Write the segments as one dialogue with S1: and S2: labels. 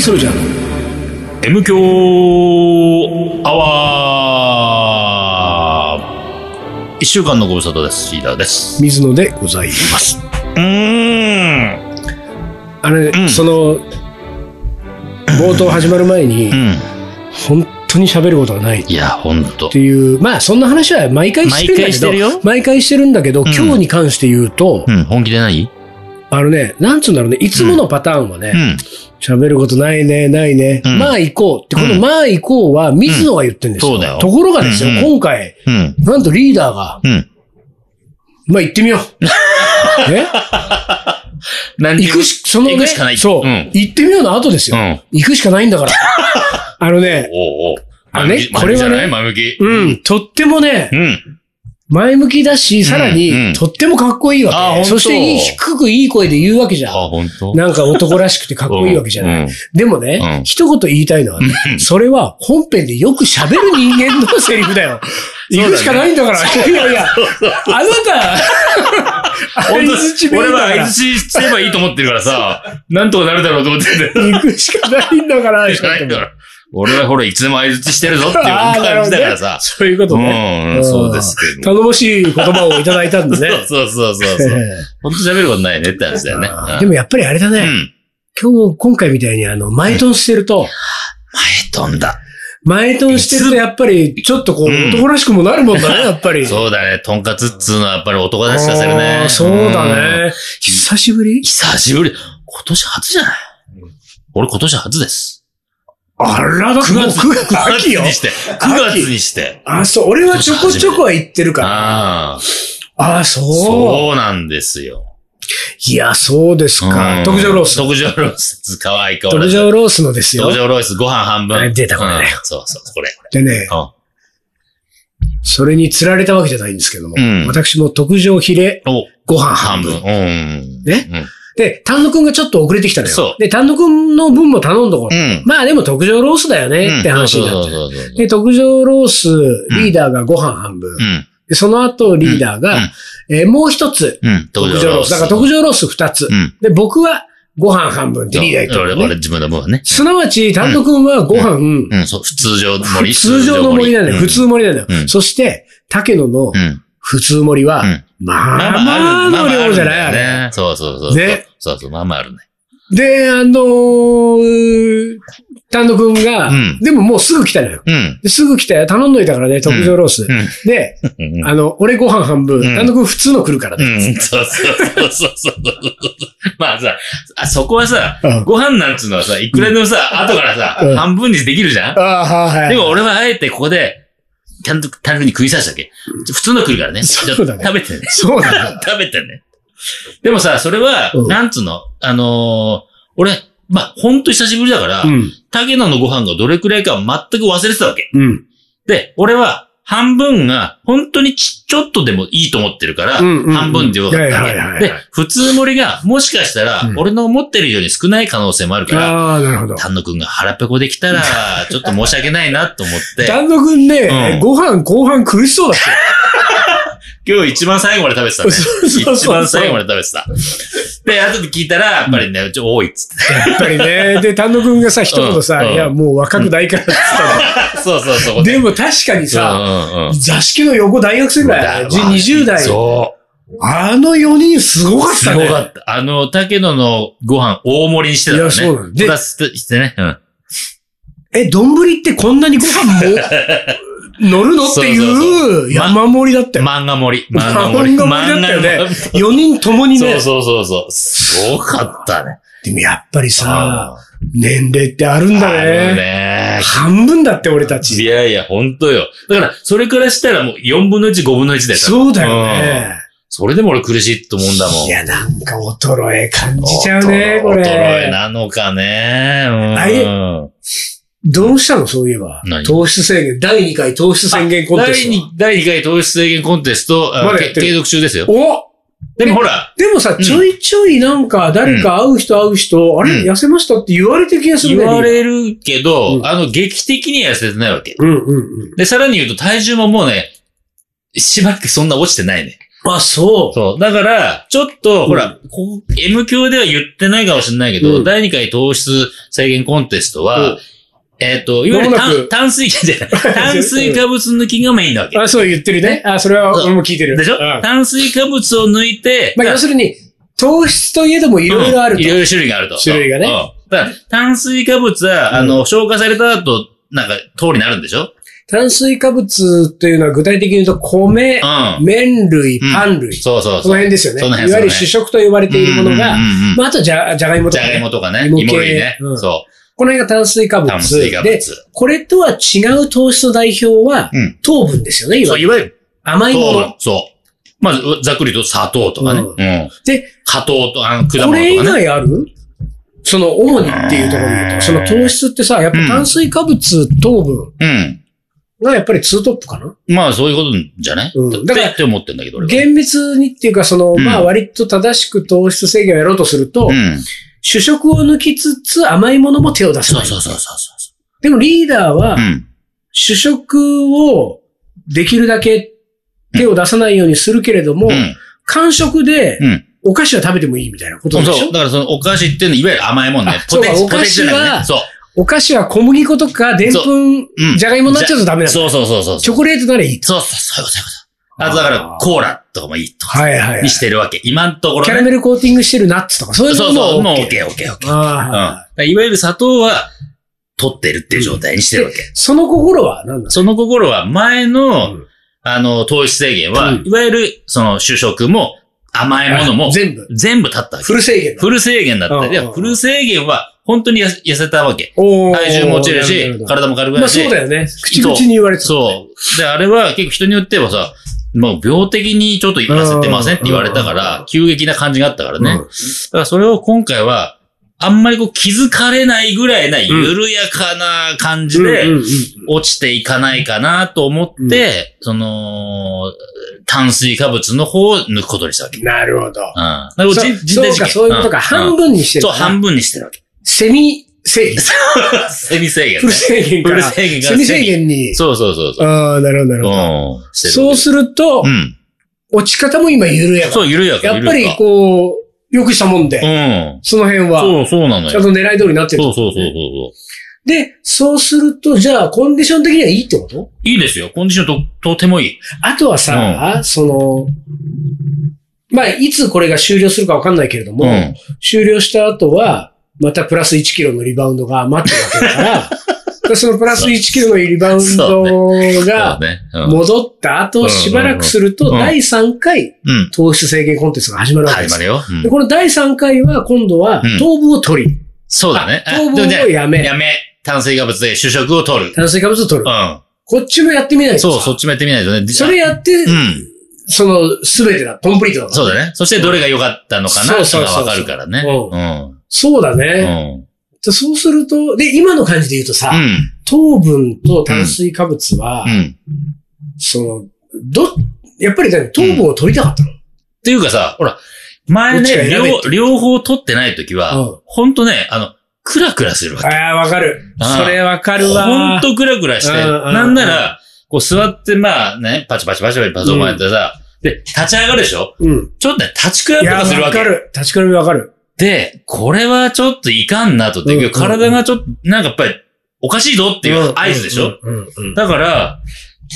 S1: するじゃん
S2: M 強アワー一週間のご無沙汰です。シーダーです。
S1: 水野でございます
S2: うーん。
S1: あれ、
S2: ん
S1: その冒頭始まる前に、
S2: うん。
S1: 本当に喋ることがないっ
S2: いや、ほんと
S1: て。いうまあそんな話は毎回してるんだけど
S2: 毎
S1: 毎回
S2: 回してるよ
S1: してるんだけど、
S2: ん
S1: 今日に関して言うと、
S2: うん、本気でない
S1: あのねなんつうんだろうねいつものパターンはね
S2: うん。
S1: 喋、ることないねないね、
S2: うん
S1: まあ行こうってこの「まあ行こう」は水野が言ってるんですよ,、
S2: うんそうだよ
S1: ところがですよ、
S2: うんうん
S1: 今回
S2: うん。
S1: なんとリーダーが
S2: うん。
S1: まあ行ってみよ うね
S2: 何
S1: 行くし、そのね、
S2: 行くしかない。
S1: そう、
S2: うん。
S1: 行ってみようの後です
S2: う
S1: よ。
S2: ん。
S1: 行くしかないんだ から。あのね、
S2: おうおう。
S1: あれ
S2: 前向き
S1: これはね
S2: 前向きじゃ
S1: う
S2: ない前向
S1: ん、とってもね
S2: き。う、ん。
S1: 前向きだし、さらに、
S2: うんうん
S1: とってもかっこいいわけ。
S2: あ本当
S1: そしていい、低くいい声で言うわけじゃ
S2: あ、
S1: ん。
S2: ほんと
S1: なんか男らしくてかっこいいわけじゃない。
S2: うん。
S1: でもね、
S2: うん
S1: 一言言いたいのはね、それは本編でよく喋る人間のセリフだよ。
S2: そうだ
S1: 行
S2: ね
S1: くしかないんだから。いやいや、あなた、
S2: 本当
S1: 相槌メイン
S2: 俺
S1: だ
S2: は
S1: か
S2: 相
S1: ら
S2: づちすればいいと思ってるか らさ、なんとかなるだろうと思ってる。
S1: 行くしかないんだから。
S2: じ ゃないんだから。俺はほら、いつでも相づちしてるぞっていう感じだから
S1: あーなるほどね
S2: さ。
S1: そういうことね。
S2: うん、そうですけど。
S1: 頼もしい言葉をいただいたんでね。
S2: そうそうそう そう。本当喋ることないねって話だよね。
S1: でもやっぱりあれだ
S2: う
S1: ね。
S2: ん。
S1: 今日、今回みたいにあの、前トンしてると、
S2: 前飛んだ。
S1: 前トンしてるとやっぱり、ちょっとこう、
S2: うん
S1: 男らしくもなるもんだね、やっぱり。
S2: そうだね。とんかつっつうのはやっぱり男出しさせる
S1: あ
S2: ね
S1: ー。そうだ
S2: うん。
S1: ね。久しぶり
S2: 久しぶり。今年初じゃない俺今年初です。
S1: あら、だってもう
S2: 9月
S1: 9秋よ
S2: に。して。9月にして。
S1: あ、そう、俺はちょこちょこは行ってるから。
S2: ああ。
S1: あ、そう。
S2: そうなんですよ。
S1: いや、そうです
S2: う
S1: か。
S2: ん
S1: 特上ロース。
S2: 特上ロース。かわいいかわ
S1: 特
S2: いい。
S1: 上ロースのですよ
S2: 特。上ロース。ご飯半
S1: あ
S2: 分。
S1: 出たこれね
S2: うんそうそう、これ。
S1: でね、それに釣られたわけじゃないんですけども
S2: うん、
S1: 私も特上ヒレ
S2: うん。お、
S1: ご飯
S2: 半
S1: 半分
S2: 分。。うん。
S1: ねで、丹野くんがちょっと遅れてきたのよ。
S2: そう
S1: で、丹野くんの分も頼んどこう
S2: う。ん。
S1: まあでも特上ロースだよ
S2: うん
S1: ねって話になっ
S2: そう
S1: て。
S2: そうそうそう。
S1: で、特上ロース、リーダーがご飯半分。
S2: うん。
S1: で、その後リーダー
S2: う
S1: が、えーもう一つ、
S2: うん。特
S1: 特
S2: 上
S1: 上
S2: ロ
S1: ロ
S2: ー
S1: ー
S2: ス。
S1: ス。だから特上ロース二つ
S2: う。ん。
S1: で、僕はご飯半分ってリーダー言って
S2: 俺、
S1: るの
S2: 俺
S1: ね。
S2: 自分の分はね。
S1: すなわち、丹野くんはご飯、
S2: うん、そう、普通常の森。
S1: 通常の森なんだよ。普通盛りなんだ
S2: う
S1: よ。
S2: ん
S1: そして、竹野の
S2: うん。うん。
S1: 普通盛りは
S2: うん、
S1: まあまあの量じゃないあ
S2: あ
S1: れ。
S2: るね。そうそうそう。
S1: ね。
S2: そうそう、まあまああるね。
S1: で、あのー、丹野くんが、
S2: うん
S1: でももうすぐ来たのよ。
S2: うん。
S1: ですぐ来たよ。頼んどいたからね、特上ロース。
S2: うん
S1: で、
S2: うん。
S1: あの、俺ご飯半分、
S2: うん
S1: 丹野くん普通の来るから
S2: う
S1: ね。
S2: ん、 そうそうそうそうそうそう。まあさ、あそこはさ
S1: うん、
S2: ご飯なんつうのはさ、いくらでもさ、後からさ
S1: うん、
S2: 半分にできるじゃん
S1: ああ、はいはい。
S2: でも、俺はあえてここで、ちゃんと単純に食いさせたっけ普通の食うからね。
S1: そうだね
S2: ちょっと食べてね。
S1: そうなんだ。
S2: 食べてね。でもさ、それは、
S1: うん
S2: なんつうのあのー俺、まあ、ほんと久しぶりだから、
S1: うん。
S2: 竹野のご飯がどれくらいか全く忘れてたわけ。
S1: うん。
S2: で、俺は、半分が、本当にち、ちょっとでもいいと思ってるから、
S1: うんうんうん
S2: 半分でよかった
S1: はいはいはいは
S2: わ
S1: い
S2: け。で、普通盛りが、もしかしたら、
S1: うん
S2: 俺の思ってるより少ない可能性もあるから、
S1: ああ、なるほど。
S2: 丹野くんが腹ペコでき たら、ちょっと申し訳ないなと思って。
S1: 丹野くんね、
S2: うん
S1: ご飯後半苦しそうだったよ。
S2: 今日一番最後まで食べてたね。
S1: そうそうそう
S2: 一番最後まで食べてた。で、後で聞いたら、やっぱりね、ちょ、多いっつっ
S1: やっぱりね。で、丹野くんがさ、一言さ、
S2: うん。
S1: いや、もう若くないからって言って
S2: そうそうそ
S1: たの。
S2: う。
S1: でも確かにさ、
S2: うんうんうん。
S1: 座敷の横大学生ぐらい、
S2: そうだ
S1: 20代。
S2: そ
S1: あの4人すごか
S2: う。
S1: っ
S2: す
S1: た
S2: ご
S1: ね。
S2: かった。あの、竹野のご飯大盛りにしてたからね。
S1: いやそうなので
S2: プラスしてね。うん。
S1: え、丼ってこんなにご飯も乗るのって
S2: そうそう
S1: いう山盛りだったよ。
S2: 漫画盛り。漫画盛り。
S1: 漫画盛りだったよ
S2: 漫
S1: ね
S2: 画盛り。
S1: 4人ともに
S2: そ
S1: ね
S2: う。そうそうそう。すごかったね。
S1: でもやっぱりさ、
S2: あ
S1: 年齢ってあるん
S2: ー
S1: だ
S2: ある
S1: ね。
S2: ね。
S1: 半分だって俺た
S2: い
S1: ち。
S2: やいや、本当よ。だから、それからしたらもう4分の1、5分の1だよ。
S1: そうだよね。
S2: それでも俺苦しいと思うんだもん。
S1: いや、なんか衰え感じちゃうね、こ
S2: 衰え
S1: れ。
S2: なのかね。うん。
S1: あれどうしたのそういえば
S2: 何。
S1: 糖質制限、第2回糖質宣言コンテス
S2: 第
S1: トは。
S2: 2, 第2回糖質制限コンテスト、あ
S1: まだや
S2: け
S1: ってる
S2: 継続中ですよ。
S1: お
S2: でもほら、
S1: でもさ、
S2: うん
S1: ちょいちょいなんか、誰か会う人会う人、あれ
S2: うん
S1: 痩せましたって言われて気がする
S2: 言
S1: ね。
S2: われるけど、
S1: うん
S2: あの、劇的には痩せてないわけ。
S1: うんうんうん。
S2: で、さらに言うと体重ももうね、しばらくそんな落ちてないね。
S1: あ、そ
S2: そう。だから、ちょっと、
S1: ん
S2: ほら、こう M 級では言ってないかもしれないけど、
S1: うん
S2: 第2回糖質制限コンテストは、
S1: うん
S2: えっ、と、いわゆる
S1: まもな
S2: 炭
S1: く
S2: 炭水化じゃな い炭水化物抜きがメインなわけ
S1: う。。あ、そう言ってるね。あ、それは
S2: そう
S1: 俺も聞いてる。
S2: でしょ、
S1: うんま
S2: 炭水化物を抜いて、
S1: あ、要するに、糖質といえどもいろいろある
S2: うんい
S1: と。
S2: ろいろ種類があると。
S1: 種類がね
S2: うんだから炭水化物は、あの、消化された後、なんか、糖になるんでしょ
S1: 炭水化物というのは具体的に言うと、米
S2: う、ん。
S1: 麺類、
S2: うん
S1: パン類。
S2: そうそう
S1: この
S2: そう。
S1: 辺ですよね。
S2: その辺
S1: いわゆる
S2: その
S1: 主
S2: 辺
S1: 食と呼ばれているものが、
S2: うんうんうんうん
S1: まあ、あとじゃ、じゃがいもと
S2: じ
S1: か
S2: ゃがい
S1: ね。
S2: もとかね、
S1: 芋系
S2: 芋類ね。
S1: うん
S2: そ
S1: この辺が炭水化
S2: う。
S1: 物。
S2: 炭水化
S1: で
S2: 物。、
S1: これとは違う糖質の代表は、
S2: うん
S1: 糖分ですよね、いわ
S2: そう、
S1: ゆ
S2: い
S1: る。
S2: わゆる
S1: 甘いも
S2: 糖
S1: の。
S2: 分。そう。まず、ざっくり言うと砂糖とかね。
S1: うん
S2: うん。
S1: で、
S2: 果糖とか、あの果
S1: こ
S2: 物
S1: れ以
S2: とかね。
S1: 外あるその、主にっていうところで言うと、その糖質ってさ、やっぱ炭水化物、糖分がやっぱりツートップかな
S2: うん。まあ、そういうことじゃない
S1: うんだから
S2: って思ってんだけど、俺は。
S1: 厳密にっていうか、その、
S2: うん
S1: まあ割と正しく糖質制限をやろうとすると、
S2: うん。
S1: 主食を抜きつつ甘いものも手を出す。
S2: そうそうそうそうそ
S1: でもリーダーは
S2: う。う、ん。
S1: 主食をできるだけ手を出さないようにするけれども、
S2: うん。
S1: 間食で
S2: うん
S1: お菓子は食べてもいいみたいなことでし
S2: そう。
S1: ょ
S2: だからそのお菓子っていうのはいわゆる甘いもんね
S1: あ。
S2: ポテ
S1: そう
S2: チ、
S1: か
S2: ポテチじゃなくてね。そう。
S1: お菓子は小麦粉とかでん
S2: そ
S1: ぷ、
S2: うんん
S1: じゃがいもになっちゃうとダメなの。
S2: そうそうそうそう。
S1: チ
S2: そう
S1: ョコレートならいいと。
S2: そう、そういうこと、そういうこと。あとだから、コーラとかもいいとか、
S1: はいはいはい
S2: に。してるわけ。今んところ
S1: キ
S2: ね
S1: ャラメルコーティングしてるナッツとか、そういう
S2: そうそ
S1: の
S2: う、も
S1: も
S2: う
S1: OK。
S2: OK、OK、OK。うん。だ
S1: ああ
S2: からいわゆる砂糖は、取ってるっていう状態にしてるわけ。
S1: その心は何なんです
S2: その心は、前の、
S1: うん
S2: あの、糖質制限は、
S1: うん
S2: いわゆる、その、主食も、甘い
S1: か
S2: ものも、
S1: 全部。
S2: 全部立ったわけ
S1: フ。ル制限だ。
S2: フル制限だっ
S1: うんうん
S2: た。
S1: うん
S2: いや、フル制限は、本当に痩せ痩せたわけ。
S1: おー
S2: 体重も落ちる
S1: なほ
S2: し
S1: ど、
S2: 体も軽くな
S1: まあ
S2: るし。
S1: そうだよね。口々に言われてた。
S2: そう。で、あれは結構人によってはさ、もう病的にちょっと痩せてませんって言われたか
S1: う
S2: ら
S1: ん、
S2: 急激な感じがあったからね。
S1: うん
S2: だからそれを今回は、あんまりこう気づかれないぐらいな緩やかな感じ
S1: うんう
S2: で、
S1: んうん
S2: 落ちていかないかなと思って、その、炭水化物の方を抜くことにしたわけ。うん。
S1: なるほど。
S2: だから
S1: そ
S2: じ人
S1: そう
S2: 体実
S1: か、
S2: 験
S1: そういうこと
S2: う
S1: か。
S2: ん
S1: 半分にしてる
S2: そう、
S1: から。
S2: 半分 にしてるわけ。
S1: セミ制限。
S2: セミ制限
S1: フル
S2: ね。
S1: 制限か
S2: フ
S1: ら。
S2: ル 制限から
S1: セミ制限に。
S2: そうそうそうそう。
S1: ああ、なるほど、なるほど。
S2: うん。してる
S1: そうすると
S2: う、ん。
S1: 落ち方も今緩やか。
S2: そう、緩やか。
S1: やっぱ
S2: 緩
S1: り
S2: やか
S1: こう、よくしたもんで、
S2: うん。
S1: その辺は、
S2: そう、そうなの
S1: ちゃん
S2: よ。
S1: と狙い通りになってる。
S2: そうそうそうそうそ
S1: で、そうすると、じゃあ、コンディション的にはいいってこと
S2: う。いいですよ。コンディションと、とてもいい。
S1: あとはさ、その、まあ、いつこれが終了するかわかんないけれども、
S2: うん。
S1: 終了した後は、またプラス1キロのリバウンドが待ってるわけだから、 でそのプラス1キロのリバウンド
S2: そう
S1: が
S2: ね。うん。
S1: 戻った
S2: う
S1: 後、
S2: ん
S1: しばらくすると、
S2: うん
S1: 第3回
S2: うん。
S1: 糖質制限コンテンツが始まるわけで。
S2: 始まするよ。うん
S1: でこの第3回は、今度は
S2: うん、
S1: 糖分を取り、
S2: そうだね。
S1: あ
S2: あ
S1: 糖
S2: で
S1: 分
S2: も
S1: を
S2: ね
S1: やめ、
S2: やめ。炭水化物で主食を取る。
S1: 炭水化物を取る。
S2: う
S1: こっちもやってみない
S2: ん。
S1: と
S2: そう、
S1: さ
S2: そっちもやってみないとね。
S1: それやって
S2: う、ん。
S1: その、すべてだ、コンプリートだから。
S2: そうだね。そしてどれが良かったのか
S1: そう
S2: な
S1: そうそう
S2: とかわかるからね。
S1: う
S2: うん。
S1: そうだ
S2: う
S1: ね。
S2: ん。
S1: でそうすると、で、今の感じで言うとさ
S2: う、ん。
S1: 糖分と炭水化物は
S2: う、ん。
S1: その、ど、やっぱりね、糖分を取りたかったの。
S2: っていうかさ、ほら、前
S1: どっちか
S2: ね、
S1: 選べっ
S2: 両、両方取ってないとき
S1: うん
S2: は、ほんとね、あの、クラクラするわけ。
S1: ああ、わかる
S2: ああ
S1: わか
S2: ほんとクラクラして、
S1: うんうんうん
S2: なんなら、こう座って、まあね、パチパチパチパチパチ
S1: うん
S2: パチってさ、で、立ち上がるでしょ
S1: うん。
S2: ちょっとね、立ちくら
S1: い
S2: みと
S1: や、
S2: かする
S1: わ
S2: わ
S1: か
S2: け。
S1: る。立ちくらみわかる。
S2: で、これはちょっといかんなと。
S1: うんうんう
S2: で
S1: ん
S2: 体がちょっと、なんかやっぱり、おかしいぞっていう合図でしょ
S1: うんうんうん。
S2: だから、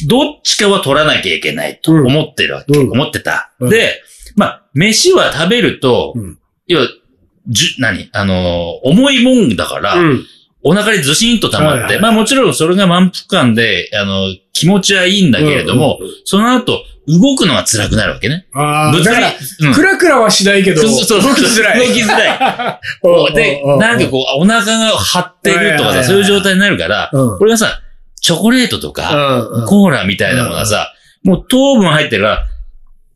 S2: どっちかは取らなきゃいけないと
S1: うん
S2: 思ってるわけ。
S1: うん
S2: 思ってた。
S1: うん
S2: で、まあ、飯は食べると
S1: うん、
S2: 要は、じゅ、何あのー重いもんだから、
S1: うん
S2: お腹にずしんと溜まって、
S1: はいはい
S2: まあもちろんそれが満腹感で、あの、気持ちはいいんだけれども、
S1: うんうん
S2: その後、動くのが辛くなるわけね。
S1: ああ、
S2: 物
S1: だ
S2: 理
S1: から、
S2: うん
S1: クラクラはしないけど、動きづらい。
S2: 動きづらい。
S1: おうおうおう
S2: で、なんかこう、お腹が張ってると
S1: はいはい
S2: か
S1: はい
S2: さ、そういう状態になるから、
S1: うん
S2: これがさ、チョコレートとか、
S1: うんうん
S2: コーラみたいなものはさ、もう糖分入ってるから、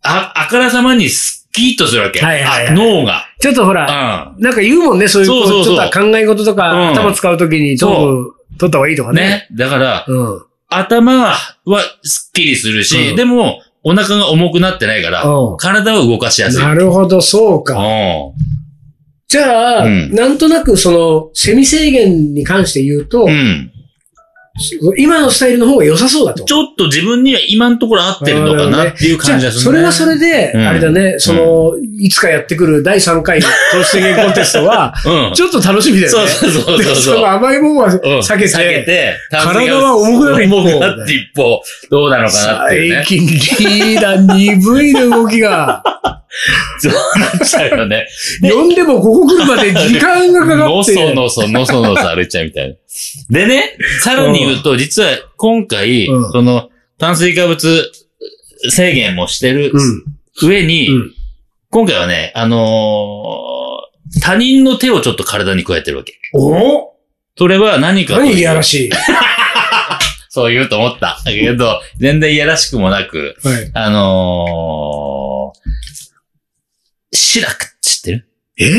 S2: あ、あからさまにスキッとするわけ。
S1: はいはいはい
S2: あ脳が。
S1: ちょっとほら、
S2: う
S1: なんか言うもんね、そういうこ、
S2: そうそうう
S1: ち
S2: そう
S1: ょっと考え事とか、
S2: うん
S1: 頭使うときに糖分取った方がいいとか
S2: ん。
S1: ね。
S2: ね。だから、
S1: うん。
S2: 頭はスッキリするし、
S1: うん
S2: でも、お腹が重くなってないから、
S1: うん
S2: 体は動かしやすい。
S1: なるほど、そうか。
S2: う
S1: じゃあ、
S2: うん
S1: なんとなくその、セミ制限に関して言うと、
S2: ん。うん。
S1: 今のスタイルの方が良さそうだと。
S2: ちょっと自分には今のところ合ってるのかなっていう感じがする、ね。
S1: それはそれで、
S2: うん
S1: あれだね、その、いつかやってくる第3回の投資宣言コンテストは、
S2: うん。
S1: ちょっと楽しみだよ
S2: そう
S1: ね。
S2: そうそう
S1: で
S2: そう
S1: そ
S2: そう。
S1: の甘いもんは
S2: うん
S1: 避け
S2: 避け
S1: て、
S2: て、
S1: 体は重くなる一方
S2: 重くなって一方、どうなのかなっていう
S1: 最
S2: ね。
S1: 近リーダー鈍いね、動きが。
S2: そうなっちゃうよね。
S1: 呼んでもここ来るまで時間がかか
S2: の
S1: っ
S2: そ
S1: て。
S2: のそ、のそのそ歩いちゃうみたいな。でね、さらに言うと、実は今回、
S1: うん
S2: その、炭水化物制限もしてる
S1: うん。
S2: 上に、
S1: うん
S2: 今回はね、あのー他人の手をちょっと体に加えてるわけ。
S1: お
S2: それは何かという
S1: 何いやらしい。
S2: そう言うと思った。だけど、全然いやらしくもなく、
S1: はい。
S2: あのー、シラク知ってる
S1: え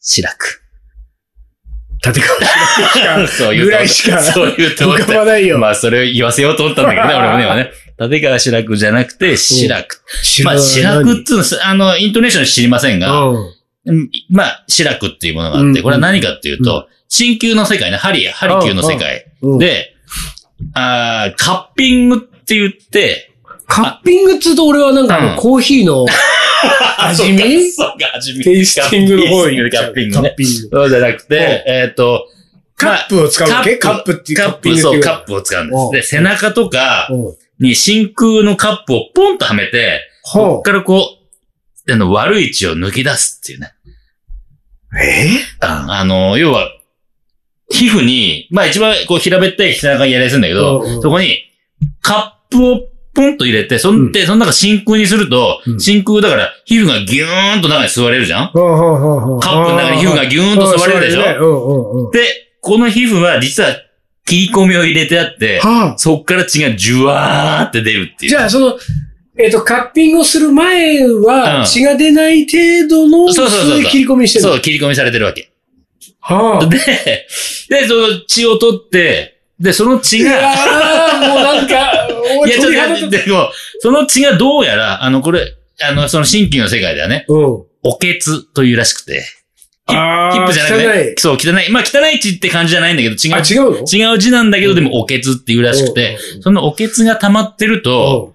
S2: シラク。
S1: 立川志らくしか
S2: そういう
S1: ぐらいしか
S2: そう言うと思っ
S1: 浮かば
S2: た。
S1: ないよ。
S2: まあ、それを言わせようと思ったんだ けどね、俺もね、今ね。立川志らくじゃなくて、志らく。
S1: 知
S2: まあ、志らくっ
S1: 何
S2: ていうのは、あの、イントネーション知りませんが、
S1: うん
S2: うんまあ、志らくっていうものがあ
S1: う
S2: っ
S1: ん
S2: て、これは何かっていうと、新旧の世界ね、ハリ、ハリ級の世界。
S1: うん。
S2: で、あーカッピングって言って、
S1: カッピングっつうと俺はなんかあ
S2: う
S1: の
S2: ん
S1: コーヒーの味見
S2: そうか、味見。
S1: テイスティングの方に行っち
S2: カ
S1: ゃ
S2: ッ
S1: う。
S2: ピングね。
S1: ピング。
S2: そうじゃなくて、えっと、
S1: カップを使うわけ
S2: カ
S1: カ
S2: ッ
S1: ップっていう
S2: カップ、そう、カップを使うんです。
S1: お
S2: で、背中とか
S1: プ。うん
S2: に真空のカップをポンとはめて、こっ
S1: ほ
S2: からこう、あの、悪い血を抜き出すっていうね。
S1: う。え
S2: ああの、要は、皮膚に、まあ一番こう平べったい背中がやりやすいんだけど、
S1: うんうん
S2: そこにカップをポンと入れて、そんで、その中真空にすると、
S1: うん
S2: 真空だから皮膚がギューンと中に吸われるじゃん
S1: カ
S2: カップの中に皮膚がギューンと吸われるでしょ、
S1: ょ
S2: で、この皮膚は実は切り込みを入れてあって、
S1: はあ。
S2: そっから血がジュワーって出るっていう。
S1: じゃあ、その、えっと、カッピングをする前
S2: うん
S1: は、血が出ない程度の、
S2: そうそうそうそう
S1: い切り込みしてる
S2: そ
S1: の。
S2: う、切り込みされてるわけ。
S1: はあ。
S2: で、で、その血を取って、で、その血
S1: いや
S2: が、
S1: ーもうなんか、お
S2: い
S1: い
S2: や、ちょっと
S1: 鳥
S2: 待
S1: 肌
S2: っ
S1: 立
S2: て、でも、その血がどうやら、あの、これ、あの、その新旧の世界ではね、
S1: つうん。
S2: おけつというらしくて、
S1: あ
S2: ヒップじゃなくて、
S1: ー
S2: ね、そう、汚い。まあ、汚い血って感じじゃないんだけど、違
S1: 汚
S2: う、
S1: い。あ、違うの
S2: 違う字なんだけど、でも、おけつっていうらしくて、そのおけつが溜まってる
S1: うん
S2: と、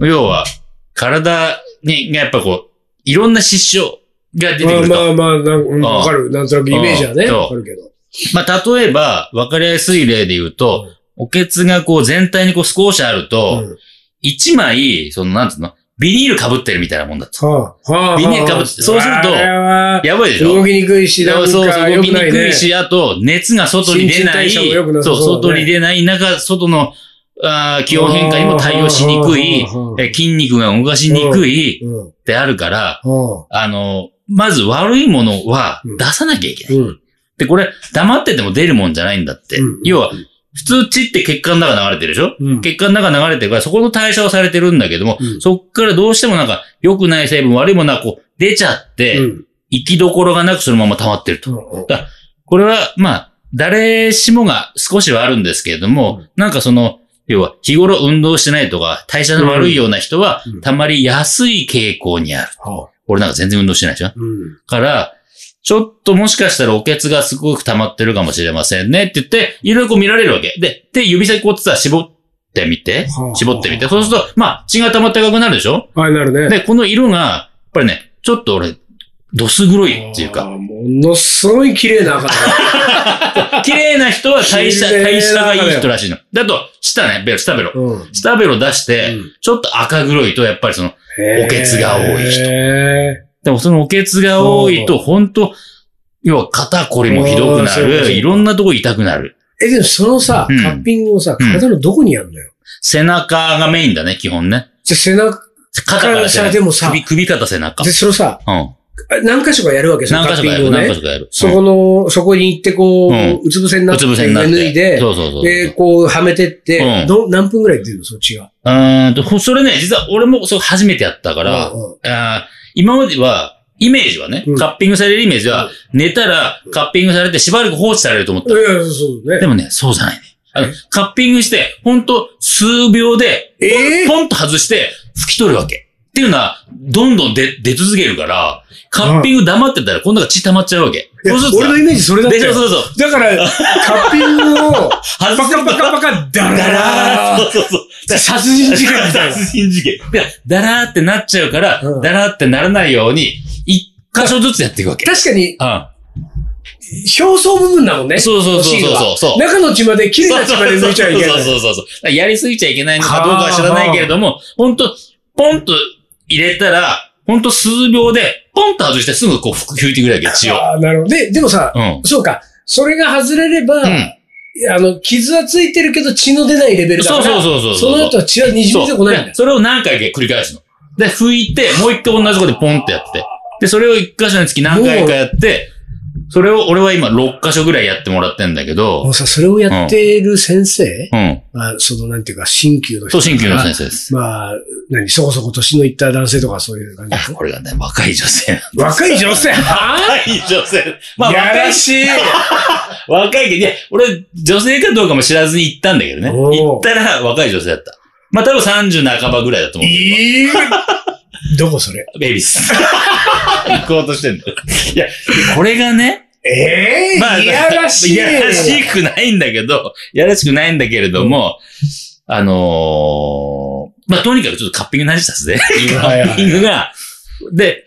S2: 要は、体に、がやっぱこう、いろんな失笑が出てく
S1: うん
S2: ると。
S1: まあまあまあ、なんうん
S2: ん
S1: わかる。なんとなくイメージはね、
S2: うん
S1: わかるけど。
S2: まあ、例えば、わかりやすい例で言うと、おけつがこう全体にこう少しあると、
S1: うん
S2: 一、枚、その、なんつうの、ビニール被ってるみたいなもんだと。
S1: はあ、はあ。
S2: ビニールか
S1: ぶ
S2: ぶってそうするとやばいでしょ
S1: 動きにくいし、なんか
S2: そうそう、動
S1: 良
S2: き
S1: く
S2: に
S1: ない
S2: く
S1: ね
S2: い。し、あと、熱が外に出ない、
S1: 新陳代謝も良くなさ
S2: そ
S1: そう
S2: う、
S1: だね
S2: 外に出ない中、外の、あー気温変化にも対応しにくい
S1: あーはあはあは、あ
S2: え筋肉が動かしにくい
S1: うん。
S2: ってあるから、
S1: はあ
S2: あの、まず悪いものは
S1: うん
S2: 出さなきゃいけない。
S1: うん。
S2: で、これ、黙ってても出るもんじゃないんだって。
S1: うん
S2: 要は、普通血って血管の中流れてるでしょ
S1: うん。
S2: 血管の中流れてるから、そこの代謝はされてるんだけども、
S1: うん
S2: そっからどうしてもなんか、良くない成分、悪いものはこう、出ちゃって、
S1: うん
S2: 生きどころがなくそのまま溜まってると。
S1: うん
S2: これは、まあ、誰しもが少しはあるんですけれども、
S1: うん
S2: なんかその、要は、日頃運動してないとか、代謝の悪いような人は
S1: うん、
S2: たまりやすい傾向にある。
S1: はあ
S2: 俺なんか全然運動してないでしょ
S1: うん。
S2: から、ちょっともしかしたらおけつがすごく溜まってるかもしれませんねって言って、いろいろこう見られるわけ。で、手指先こうつさ、絞ってみて
S1: は、あ
S2: 絞ってみて。そうすると、まあ、血が溜まって赤くなるでしょ
S1: はい、なるね。
S2: で、この色が、やっぱりね、ちょっと俺、どす黒いっていう
S1: あ
S2: か、
S1: ーものすごい綺麗な赤だ。
S2: 綺麗な人は代謝、
S1: 綺麗な
S2: 代謝がいい人らしいの。だと、舌ね、ベロ、舌ベロ。
S1: うん。
S2: 舌ベロ出して、
S1: うん
S2: ちょっと赤黒いと、やっぱりその、おけつが多い人
S1: へ
S2: でもそのおけつが多いと、本当要は肩こりもひどくな
S1: あーそうかそうか
S2: る、いろんなとこ痛くなる。
S1: ーえ、でもそのさ、
S2: うん
S1: カッピングをさ、
S2: うん
S1: 体のどこにやるのよ。
S2: 背中がメインだね、基本ね。
S1: じゃ、背中、
S2: 肩から背
S1: 肩からでも
S2: 中。
S1: さ
S2: 首、首肩背中。う
S1: で、
S2: ん。
S1: そのさ、何箇所かやるわけですよ、
S2: 何
S1: カッ
S2: 箇所
S1: ピ
S2: か
S1: ン
S2: や
S1: グ
S2: る、
S1: を
S2: 何箇
S1: ね。
S2: 所かやる。
S1: そこの、そこに行ってこ
S2: うん
S1: う、うつ伏せに
S2: うん、
S1: な
S2: う
S1: って、
S2: つ伏せになって。
S1: 脱いで、
S2: そうそうそう。
S1: で、
S2: う
S1: こう、はめてって、
S2: うん
S1: ど何分ぐらい出るのそっちが。
S2: ーんと、ほそれね、実は俺もそう初めてやったから、
S1: うんうん
S2: あー今までは、イメージはね
S1: うん、
S2: カッピングされるイメージ
S1: う
S2: は
S1: ん、
S2: 寝たらカッピングされてしばらく放置されると思っ
S1: い
S2: た。
S1: や、そうそうね
S2: で。もね、そうじゃないね。あの
S1: え、
S2: カッピングして、ほんと数秒で、
S1: えー
S2: ポンと外して、拭き取るわけ。っていうのは、どんどん出、出続けるから、カッピング黙ってたら、今度が血溜まっちゃうわけ。
S1: いや
S2: そうすると
S1: 俺のイメージそれだった
S2: でしょ、
S1: よ。
S2: そうそうそう。
S1: だから、カッピングを、 パ
S2: 外す
S1: カ
S2: と
S1: パカパカ、ダラ
S2: だら
S1: ラ
S2: ーそうそうそう。
S1: ー 殺人事件みたいな。
S2: 殺人事件。いや、だらーってなっちゃうから、
S1: うん
S2: だらーってならないように、一箇所ずつやっていくわけ。
S1: 確かに、
S2: う
S1: 表層部分だもんね。
S2: ん。そうそうそうそうそうそう。
S1: 中の血まで、綺麗な血まで抜いちゃいけ
S2: そう
S1: ない。
S2: そうそうそう。だからやりすぎちゃいけないのかどうかは知らないけれども、ほんと、ポンと入れたら、ほんと数秒で、ポンと外してすぐこう、拭いてくれるわけ、血を。
S1: ああ、なるほど。で、でもさ、
S2: うん。
S1: そうか。それが外れれば、
S2: うん。
S1: あの、傷はついてるけど血の出ないレベルだか
S2: そう
S1: ら、
S2: そうそうそう。
S1: その後は血は滲み出てこないんだ
S2: そう
S1: よ。
S2: それを何回か繰り返すの。で、拭いて、もう一回同じことでポンってやって。で、それを一箇所につき何回かやって、それを俺は今6箇所ぐらいやってもらってんだけ
S1: も
S2: ど
S1: う、さ、それをやってる先生、
S2: うん。
S1: まあ、その、なんていうか、新旧の人。
S2: そう、新旧の先生です。
S1: 生。まあ、何、そこそこ年のいった男性とかそういう感じ
S2: あ。これがね、若い女性なんです。
S1: 若い女性
S2: 若い女性。まあ、
S1: や
S2: 若い
S1: らしい。
S2: 若いけど、いや、俺、女性かどうかも知らずに行ったんだけどね。
S1: おー
S2: 行ったら若い女性だった。まあ、多分30半ばぐらいだと思うけど。
S1: いいどこそれ
S2: ベイビー ス。行こうとしてんだ。いや、これがね、
S1: ええ
S2: まあ、
S1: いやらしい。
S2: いやらしくないんだけど、いやらしくないんだけれども、あのー、まあ、とにかくちょっとカッピングなしさすね。
S1: はいはい
S2: カッピングが、で、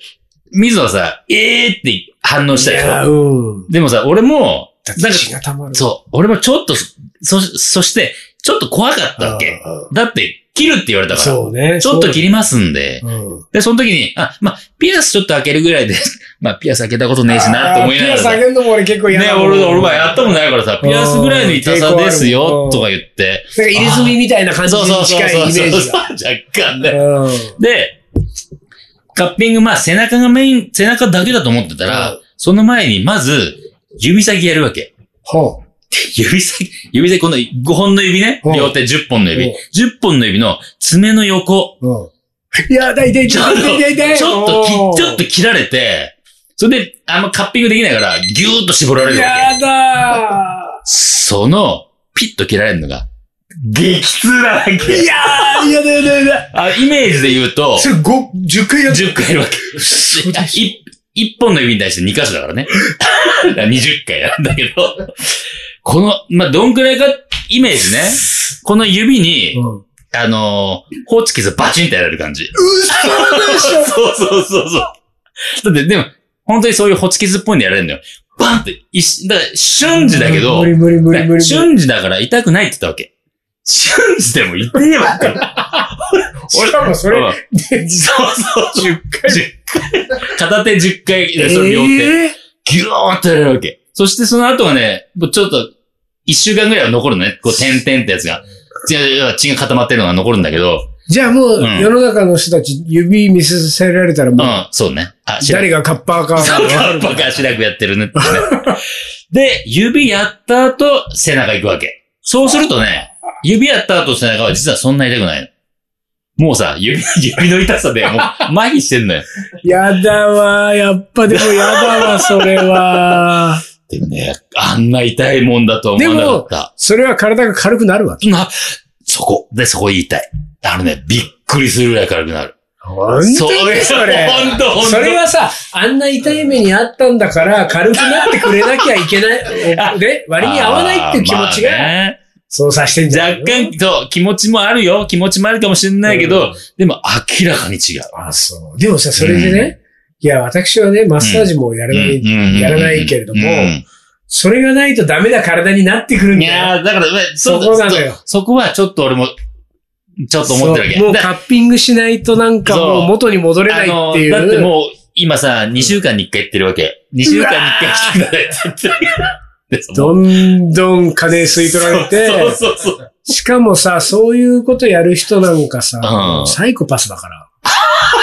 S2: 水野はさ、えーって反応した
S1: いや
S2: よ。
S1: うん。
S2: でもさ、俺も、
S1: だって血が溜まる。
S2: そう。俺もちょっと、そ、そして、ちょっと怖かったわけ。
S1: うん
S2: だって、切るって言われたから。
S1: そうね。
S2: ちょっと切りますんで。
S1: そううん。
S2: で、その時に、あ、まあ、ピアスちょっと開けるぐらいで、 まあ、ピアス開けたことねえしなって思いなが
S1: あーピアス上
S2: ら。
S1: げるのも俺結構嫌
S2: ね、
S1: だもん
S2: 俺、俺はやったもんないからさ、ピアスぐらいの痛さです
S1: う
S2: よ
S1: ん、
S2: とか言って。
S1: なんか入れ墨みたいな感じ
S2: そうそう
S1: に
S2: そう
S1: 近いイ
S2: そう。
S1: メージ
S2: そう
S1: が。
S2: 若干ね。
S1: うん
S2: で、カッピング、まあ、背中がメイン、背中だけだと思ってた
S1: う
S2: ら、その前に、まず、指先やるわけ。
S1: ほ
S2: 指先、指先、この5本の指ね。
S1: うん
S2: 両手10本の指
S1: うん。
S2: 10本の指の爪の横。
S1: う。うん。いや、だいたい、
S2: ちょっと、
S1: 痛い痛い
S2: ちょっとき、ちょっ
S1: と
S2: と切られて、それで、あんまカッピングできないから、ギューッと絞られるわけ。
S1: やだ
S2: その、ピッと切られるのが、激痛なわ
S1: ーい
S2: け。
S1: やー、いやだやだやだ。
S2: あイメージで言う と、
S1: それ五10回やった。
S2: 10回やるわけ。
S1: そうだ
S2: い一本の指に対して2箇所だからね。 だから20回なんだけど、この、まあ、どんくらいか、イメージね。この指に、
S1: うん。
S2: あのー、放置傷バチンってやられる感じ。
S1: 嘘でしょ
S2: そうそうそうそう。だって、でも、本当にそういうホチキスっぽいのやられるのよ。バンって、一瞬、だから、瞬時だけど
S1: 無、理無理無理無理無理。
S2: 瞬時だから痛くないって言ったわけ。瞬時でも痛えわって。
S1: しかもそれ、
S2: うん
S1: で
S2: そうそう。
S1: 10
S2: 10回。片手10回、
S1: 回。
S2: その両手。
S1: えー
S2: ギューンってやられるわけ。そしてその後はね、もうちょっと、一週間ぐらいは残るのね。こう、点々ってやつが。血が血が固まってるのが残るんだけど、
S1: じゃあもう、
S2: うん
S1: 世の中の人たち指見せさせられたら
S2: う
S1: もう、
S2: ん、そうね。あ、知らん
S1: 誰がカッパーか。
S2: そうか、バカしらくやってるねってね。で、指やった後、背中行くわけ。そうするとね、指やった後背中は実はそんな痛くないの。もうさ、指、 指の痛さでもう、麻痺してんのよ。
S1: やだわー、やっぱでもやだわ、それは。
S2: でもね、あんな痛いもんだとは思わなかった。
S1: それは体が軽くなるわけ。
S2: な、そこ。で、そこ言いたい。あのね、びっくりするぐらい軽くなる。
S1: 本当にそれ。
S2: ほんと、ほんと。
S1: それはさ、あんな痛い目にあったんだから、軽くなってくれなきゃいけない。で、割に合わないっていう気持ち
S2: あーまあ
S1: が、
S2: ね
S1: そうさしてんじゃないの
S2: 若干、そう、気持ちもあるよ。気持ちもあるかもしれないけど、
S1: うん
S2: でも明らかに違う。
S1: あ、そう。でもさ、それでね、いや、私はね、マッサージもやらない、やらないけれども、
S2: うん
S1: それがないとダメな体になってくるん
S2: い
S1: だよ。
S2: やーだから、まあ
S1: そこなのよ
S2: そそこはちょっと俺も、ちょっと思ってるわ
S1: そ
S2: け。
S1: うもう
S2: だ
S1: カッピングしないとなんかも
S2: そうう
S1: 元に戻れな
S2: あ
S1: いっ
S2: の
S1: ていう。
S2: だってもう、今さ、2週間に1回行ってるわけ。2週間に1回してくださいって言ってるでその
S1: どんどん金吸い取られて、
S2: そうそうそうそう。
S1: しかもさ、そういうことやる人なんかさ、
S2: うん
S1: サイコパスだから。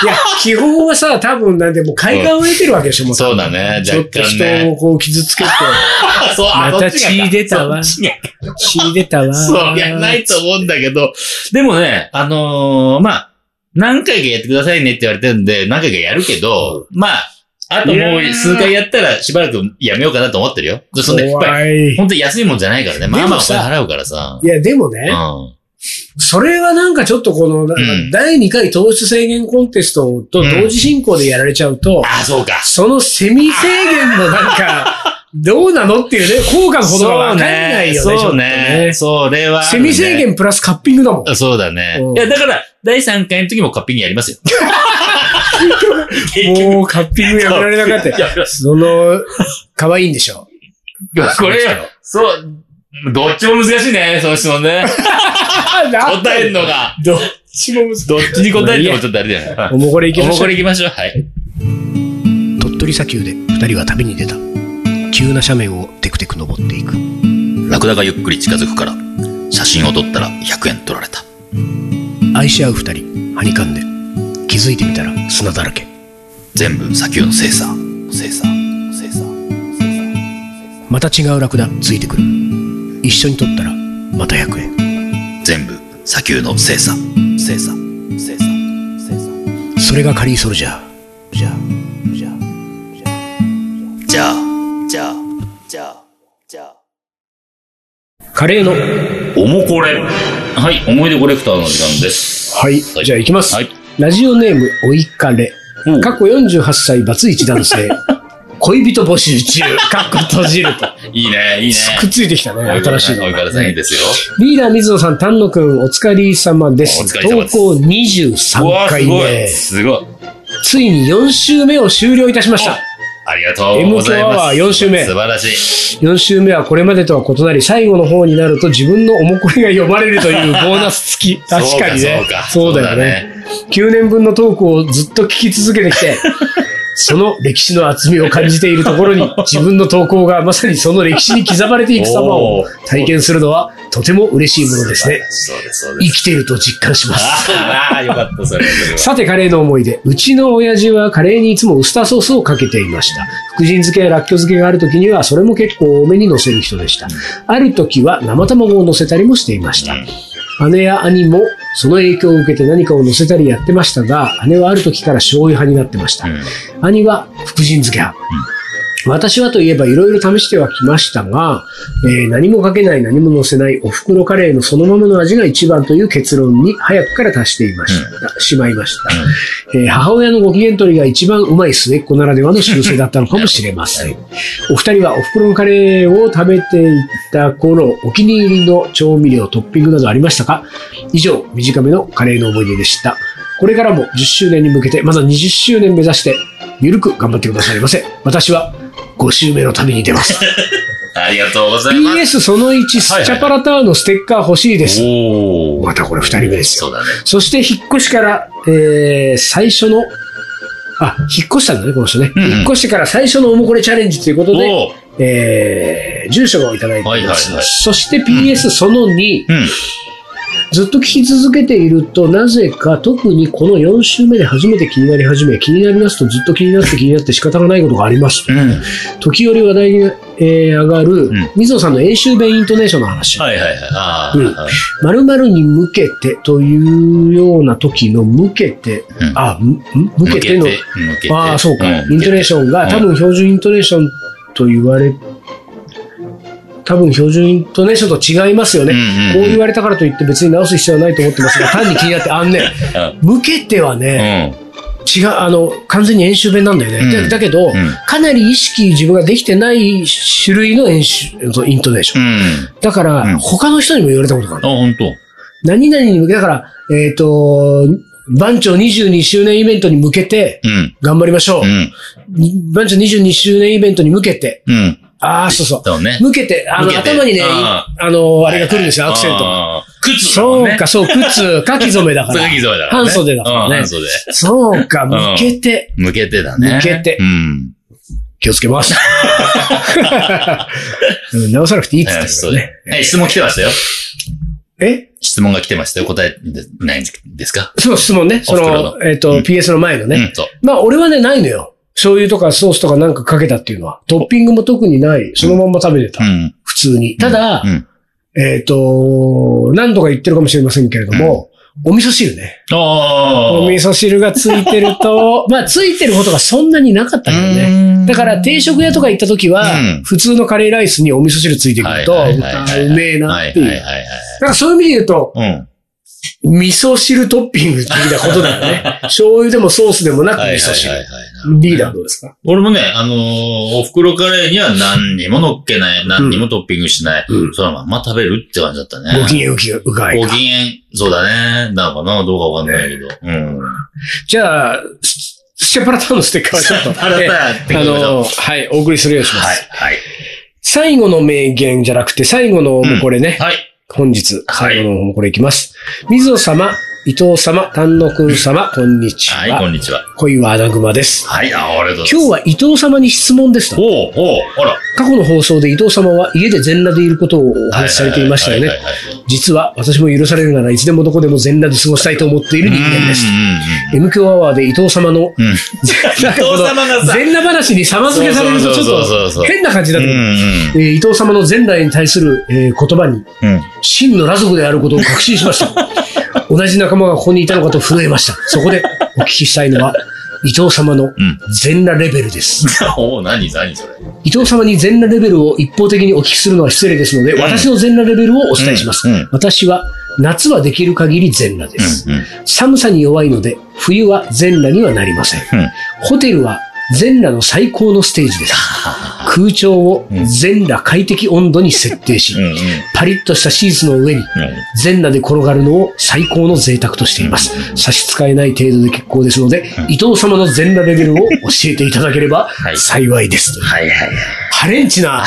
S1: いや、基本はさ、多分なんでもう快感を得てるわけでしょ、もう。
S2: そうだね
S1: ちょっと
S2: 若干ね
S1: 人をこう傷つけ て、
S2: あそう、あ
S1: ま
S2: そ
S1: た
S2: っちが
S1: 血出たわ
S2: そっちが
S1: 血出たわ。
S2: そう、いや、ないと思うんだけど、でもね、あのーまあ、何回かやってくださいねって言われてるんで、何回かやるけど、まあ、あと
S1: い
S2: も
S1: や
S2: う
S1: ー
S2: 数回やったらしばらくやめようかなと思ってるよ。でそんで、やっぱり、
S1: 怖い。い
S2: 本当に安いもんじゃないからね。まあまあお
S1: でもさ
S2: 金払うからさ。
S1: や、でも
S2: うん
S1: ね、。それはなんかちょっとこの、なんか
S2: うん
S1: 第2回糖質制限コンテストと同時進行でやられちゃうと、
S2: あ、そうか。
S1: そのセミ制限のなん か、どうなのっていうね、効果のほどがわかんないよね。ちょっ
S2: そ
S1: と
S2: うね。そうね。それはあ
S1: セ
S2: るね、
S1: ミ制限プラスカッピングだもん。
S2: そうだね
S1: うん。
S2: いや、だから、第3回の時もカッピングやりま すよ。 結
S1: もうカッピングやめられなかったよ。
S2: 局
S1: その、可愛いんでしょ。
S2: いやこれ、そう、どっちも難しいね、その質 問ね。 答えるのが。
S1: どっちも難しい。
S2: どっちに答えてもちょっとあれだよね。
S1: おもこれ行き
S2: お
S1: ま
S2: も
S1: しょ
S2: こ
S1: う
S2: れ。行きましょう。はい。
S1: 鳥取砂丘で二人は旅に出た。急な斜面をテクテク登っていく。
S2: ラクダがゆっくり近づくから、写真を撮ったら100円取られた。
S1: 愛し合う二人、はにかんで。気づいてみたら砂だらけ。
S2: 全部砂丘の精査。精査。精査。
S1: また違うラクダついてくる。一緒に撮ったら、また100円。
S2: 全部砂丘の精査。精査。精査。精査。
S1: それがカリーソルジャー。じゃあ、じゃあ。
S2: じゃあ、じゃあ、じゃあ、じゃあ。
S1: カレーの。
S2: おもこれ。はい、思い出コレクターの時間です。
S1: はい。じゃあ行きます。
S2: はい。
S1: ラジオネーム、おいかれ。
S2: おう
S1: 過去48歳バツイチ男 性。恋人募集中。かっこ閉じると。
S2: いいね、いいね。
S1: くっついてきたね。新しいの
S2: おいからさんいいですよ。
S1: リーダー水野さん、丹野くん、お疲れ様です。
S2: お疲れ様です
S1: 投稿
S2: うわ
S1: 23
S2: す
S1: 回
S2: ご
S1: 目
S2: い。。すごい。
S1: ついに4週目を終了いたしました。
S2: ありがとうござい
S1: M 響アワ
S2: ま
S1: ー
S2: す。
S1: 四週目
S2: 素晴らしい。
S1: 4週目はこれまでとは異なり、最後の方になると自分のおもこれが読まれるというボーナス付き。確かにね。
S2: そうか、
S1: そう
S2: か
S1: だよね。。9年分のトークをずっと聞き続けてき て、その歴史の厚みを感じているところに、自分の投稿がまさにその歴史に刻まれていく様を
S2: おー
S1: 体験するのは、とても嬉しいものです ね。
S2: そうです、そうで
S1: 生
S2: す。
S1: きていると実感します。
S2: ああ、よかった、それは。それは
S1: さて、カレーの思い出。うちの親父はカレーにいつもウスターソースをかけていました。福神漬けやらっきょ漬けがある時には、それも結構多めに乗せる人でした。ある時は生卵を乗せたりもしていました。姉や兄もその影響を受けて何かを乗せたりやってましたが、姉はある時から醤油派になってました。
S2: うん
S1: 兄は福神漬け派。私はといえばいろいろ試してはきましたが、えー何もかけない何も乗せないお袋カレーのそのままの味が一番という結論に早くから達していました、しまいました。えー母親のご機嫌取りが一番うまい末っ子ならではの習性だったのかもしれません。お二人はお袋のカレーを食べていた頃、お気に入りの調味料、トッピングなどありましたか以上、短めのカレーの思い出でした。これからも10周年に向けて、まずは20周年目指して、ゆるく頑張ってくださいませ。私は5周目の旅に出ます。
S2: ありがとうございます。
S1: PS その1、
S2: はい
S1: スチャパラターのステッカー欲しいです。
S2: おお
S1: ま。たこれ2人目ですよ。
S2: そうだね。
S1: そして引っ越しから、えー、最初の、あ、引っ越したんだね、この人ね。
S2: うんうん
S1: 引っ越してから最初のおもこれチャレンジということで、
S2: おお。
S1: えー、住所をいただいています。
S2: はいはいはい
S1: そして PS その2、
S2: うん。
S1: ずっと聞き続けていると、なぜか特にこの4週目で初めて気になり始め、気になり出すとずっと気になって気になって仕方がないことがあります。
S2: うん。
S1: 時折話題に、えー上がる、
S2: ん
S1: 水野さんの演習弁イントネーションの話。
S2: はいはいはい。ああ。
S1: うん〇〇に向けてというような時の向けて、
S2: うん
S1: あ、むん向けての、
S2: 向けて。
S1: ああ、そうか、
S2: ん
S1: イントネーションが
S2: うん
S1: 多分標準イントネーションと言われ、多分標準イントネーションと違いますよね。
S2: うん
S1: こ
S2: うん
S1: う
S2: うん
S1: 言われたからといって別に直す必要はないと思ってます が、単に気になって、あんね、向けては
S2: う
S1: ね、
S2: ん。
S1: 違う、あの、完全に演習弁なんだよね。
S2: うん
S1: だだけど、
S2: ん
S1: かなり意識自分ができてない種類の演習、イントネーション。
S2: うん。
S1: だから、
S2: うん
S1: 他の人にも言われたことがある
S2: あ、。本当。
S1: 何々に向けだから、えっ、と、番長22周年イベントに向けて、
S2: うん。
S1: 頑張りましょう
S2: う。ん。
S1: 番長22周年イベントに向けて、
S2: うん。
S1: ああ、そうそう。
S2: そうね。
S1: 向けて、あの、
S2: 向けて
S1: 頭にね、あ
S2: あ
S1: の、あれが来るんですよ、アクセント。
S2: ト。靴だもん
S1: そ
S2: ね。
S1: うか、そう、靴、書き初めだか
S2: 靴
S1: ら
S2: が。偽造だからね。
S1: 半袖だからね
S2: うん半袖。
S1: そうか、向けて。
S2: 向けてだね。
S1: 向けて
S2: うん。
S1: 気をつけます。うん直さなくていいっつって
S2: え
S1: た
S2: ー
S1: け
S2: そ
S1: ど
S2: う
S1: ね
S2: ね。。はい質問来てましたよ。
S1: え
S2: 質問が来てましたよ。答えでないんですか
S1: そう、質問ね。そ
S2: お袋
S1: の、えっ
S2: うん
S1: と、PS の前のね。
S2: うん、そう。
S1: まあ、俺はね、ないのよ。醤油とかソースとかなんかかけたっていうのは。トッピングも特にない。そのまんま食べてた。
S2: うん。
S1: 普通に。ただ、
S2: うん。
S1: えっ、と、何度か言ってるかもしれませんけれども、お味噌汁ね。
S2: あ
S1: お味噌汁がついてると、 まあ、ついてることがそんなになかったけどね。
S2: ね
S1: だから、定食屋とか行った時は、
S2: うん
S1: 普通のカレーライスにお味噌汁ついてくると、
S2: はいはいはいはい
S1: あうめえな
S2: は
S1: っ
S2: い
S1: ていう。
S2: はいはい
S1: だからそういう意味で言うと、
S2: はい。うん。
S1: 味噌汁トッピング的なことだよ ね。醤油でもソースでもなく
S2: はいはい
S1: 味
S2: は
S1: 噌
S2: いは
S1: 汁。
S2: い。
S1: リーダーどうですか
S2: 俺もね、あのーお袋カレーには何にも乗っけない、何にもトッピングしない。
S1: うん。
S2: そのまんま食べるって感じだったね。
S1: ご機嫌うきうがい
S2: ご
S1: か。
S2: 機嫌、そうだね。なのかなどうかわかんないけど。うん。
S1: じゃあ、ススチャパラタンのステッカーはちょっと。
S2: あなたって
S1: ええあ
S2: ことだ
S1: の、はい、お送りするようにしま
S2: はい
S1: す。、
S2: はい。
S1: 最後の名言じゃなくて、最後の
S2: うん
S1: これね、
S2: はい。
S1: 本日、
S2: はい
S1: 最後のこれいきます。水野様、伊藤様、丹野くん様、こんにち
S2: はい、こ
S1: は。
S2: んにちは。
S1: 恋は穴熊です。
S2: はい、あ、ありがとうございます。
S1: 今日は伊藤様に質問ですと。
S2: ほうほう、あら。
S1: 過去の放送で伊藤様は家で全裸でいることをお話しされていましたよね
S2: はい。はいはいはい
S1: 実は私も許されるならいつでもどこでも全裸で過ごしたいと思っている人間です。M 強アワーで伊藤様の、
S2: うんうんうん。うん。
S1: なんかこの
S2: 伊藤様がさ
S1: 全裸話に様付けされるとちょっ
S2: そうそうそうそ
S1: と
S2: う
S1: 変な感じだと思う。
S2: うん
S1: えー伊藤様の全裸に対する、えー言葉に
S2: うん。
S1: 真の裸族であることを確信しました。同じ仲間がここにいたのかと震えました。そこでお聞きしたいのは、伊藤様の
S2: うん。
S1: 全裸レベルです。
S2: おお、何何それ。
S1: 伊藤様に全裸レベルを一方的にお聞きするのは失礼ですので、
S2: うん
S1: 私の全裸レベルをお伝えします。
S2: うんうん
S1: 私は夏はできる限り全裸です。
S2: うん。
S1: 寒さに弱いので、冬は全裸にはなりません。
S2: うん。
S1: ホテルは全裸の最高のステージです。空調を
S2: うん
S1: 全裸快適温度に設定し、
S2: うん。うん。
S1: パリッとしたシーツの上に全裸で転がるのを最高の贅沢としています
S2: う。
S1: 差し支えない程度で結構ですので、
S2: うん
S1: 伊藤様の全裸レベルを教えていただければ
S2: はい
S1: 幸いです。
S2: はいはい。
S1: ハレンチな。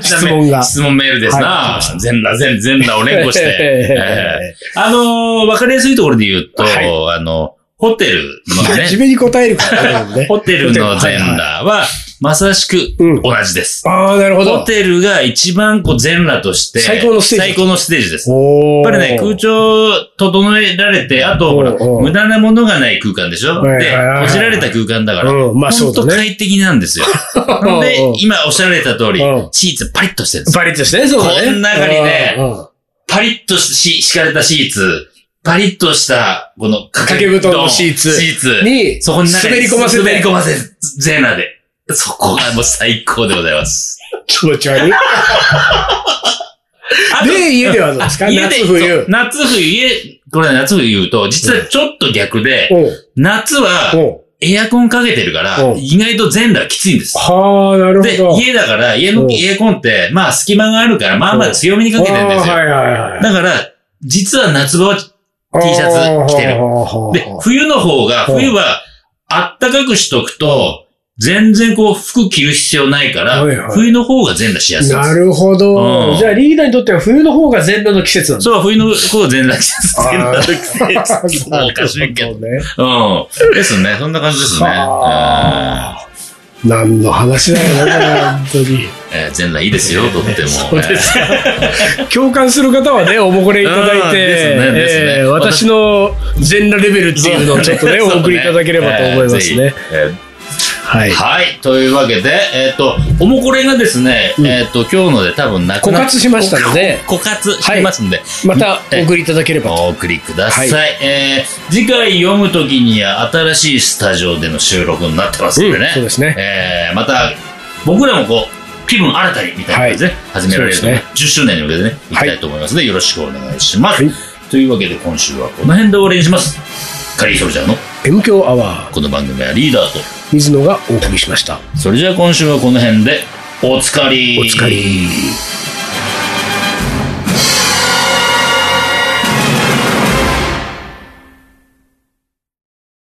S2: 質質問メールですな。全裸、全、全裸を連 呼して。ええあのー、わかりやすいところで言うと、
S1: は
S2: あの、ホテルのね、
S1: 真面目に答えるから ね
S2: ホテルの全
S1: はいはい
S2: 裸は、まさしく
S1: うん
S2: 同じです。
S1: ああ、なるほ
S2: ホ
S1: ど。
S2: テルが一番こう全裸として、
S1: 最高のステージ
S2: 最高のステージです。
S1: お
S2: や
S1: ー
S2: っぱりね、空調整えられて、あと、ほら、
S1: おうおう
S2: 無駄なものがない空間でしょ
S1: はいはい
S2: で、
S1: はいはい
S2: 閉じられた空間だから、
S1: うん、まあそ
S2: 本
S1: うだ
S2: 当
S1: ね。
S2: 快適なんですよ。ほん で
S1: うんうん、
S2: 今おっしゃられた通り
S1: うん、
S2: シーツパリッとしてるんですよ。
S1: バリッとしてね、そうだね。
S2: この中にね
S1: うんうん
S2: パリッとし、敷かれたシーツ、パリッとした、この掛
S1: 掛け布団のシーツ
S2: シーツ。
S1: に、
S2: そこに中に
S1: 滑り込ませて
S2: 滑り込ませる、ゼーナで。そこがもう最高でございます。
S1: 気持ち悪い。
S2: あと
S1: で、家ではどうですか
S2: 家で
S1: 夏冬。
S2: 夏冬、家、これね夏冬言うと、実はちょっと逆で、
S1: おう
S2: 夏は、
S1: おう
S2: エアコンかけてるから
S1: う、ん
S2: 意外と全裸きついんです。
S1: はあ、なるほ
S2: で
S1: ど。、
S2: 家だから、家の
S1: うん
S2: エアコンって、まあ隙間があるから、まあまあ強めにかけてるんです
S1: あー
S2: よ。
S1: はいはいはい。
S2: だから、実は夏場は、T シャツ着てる
S1: あーはあはあはあ
S2: で、冬の方が、
S1: うん
S2: 冬は、あったかくしとくと、全然こう服着る必要ないから
S1: はいは、い
S2: 冬の方が全裸しやすいです。
S1: なるほ
S2: うん
S1: ど。じゃあリーダーにとっては冬の方が全裸の季節なんだ。
S2: そう、冬の方が全裸しやすい。全裸の 季節。
S1: な
S2: もうお
S1: る
S2: かしいけど。
S1: ほどね。
S2: うん。ですね。そんな感じですね。
S1: は
S2: うん
S1: 何の話だよね、これ本 当に。
S2: えー全裸いいですよ、 とっても。
S1: そうですよ。共感する方はね、おもこれいただいて、
S2: うんですねですね
S1: えー私の全裸レベルっていうのをちょっとね、
S2: そう
S1: お送りいただければと思います。
S2: そうえ
S1: ね
S2: ー。ぜ
S1: はい
S2: ひえー。はい。というわけで、えっ、と、おもこれがですね、
S1: うん
S2: えっ、と、今日ので多分なく
S1: 枯
S2: なっ
S1: 渇しましたので、
S2: 枯渇してますんで、
S1: またお送りいただければと。
S2: お送りください。えー次回読むときには新しいスタジオでの収録になってますんでね。
S1: うんそうですね
S2: えーまた、僕らもこう、気分新たにみたいな感じでね、始められると、
S1: そう
S2: ね
S1: です
S2: 10周年に向けてね、いき
S1: はい
S2: たいと思いますので、よろしくお願いします。
S1: はい
S2: というわけで今週はこの辺で終わりにします。カリーソルジャーの
S1: M 強アワー、
S2: この番組はリーダーと、
S1: 水野がお送りしました。
S2: それじゃあ今週はこの辺で、おつかり。
S1: おつかり。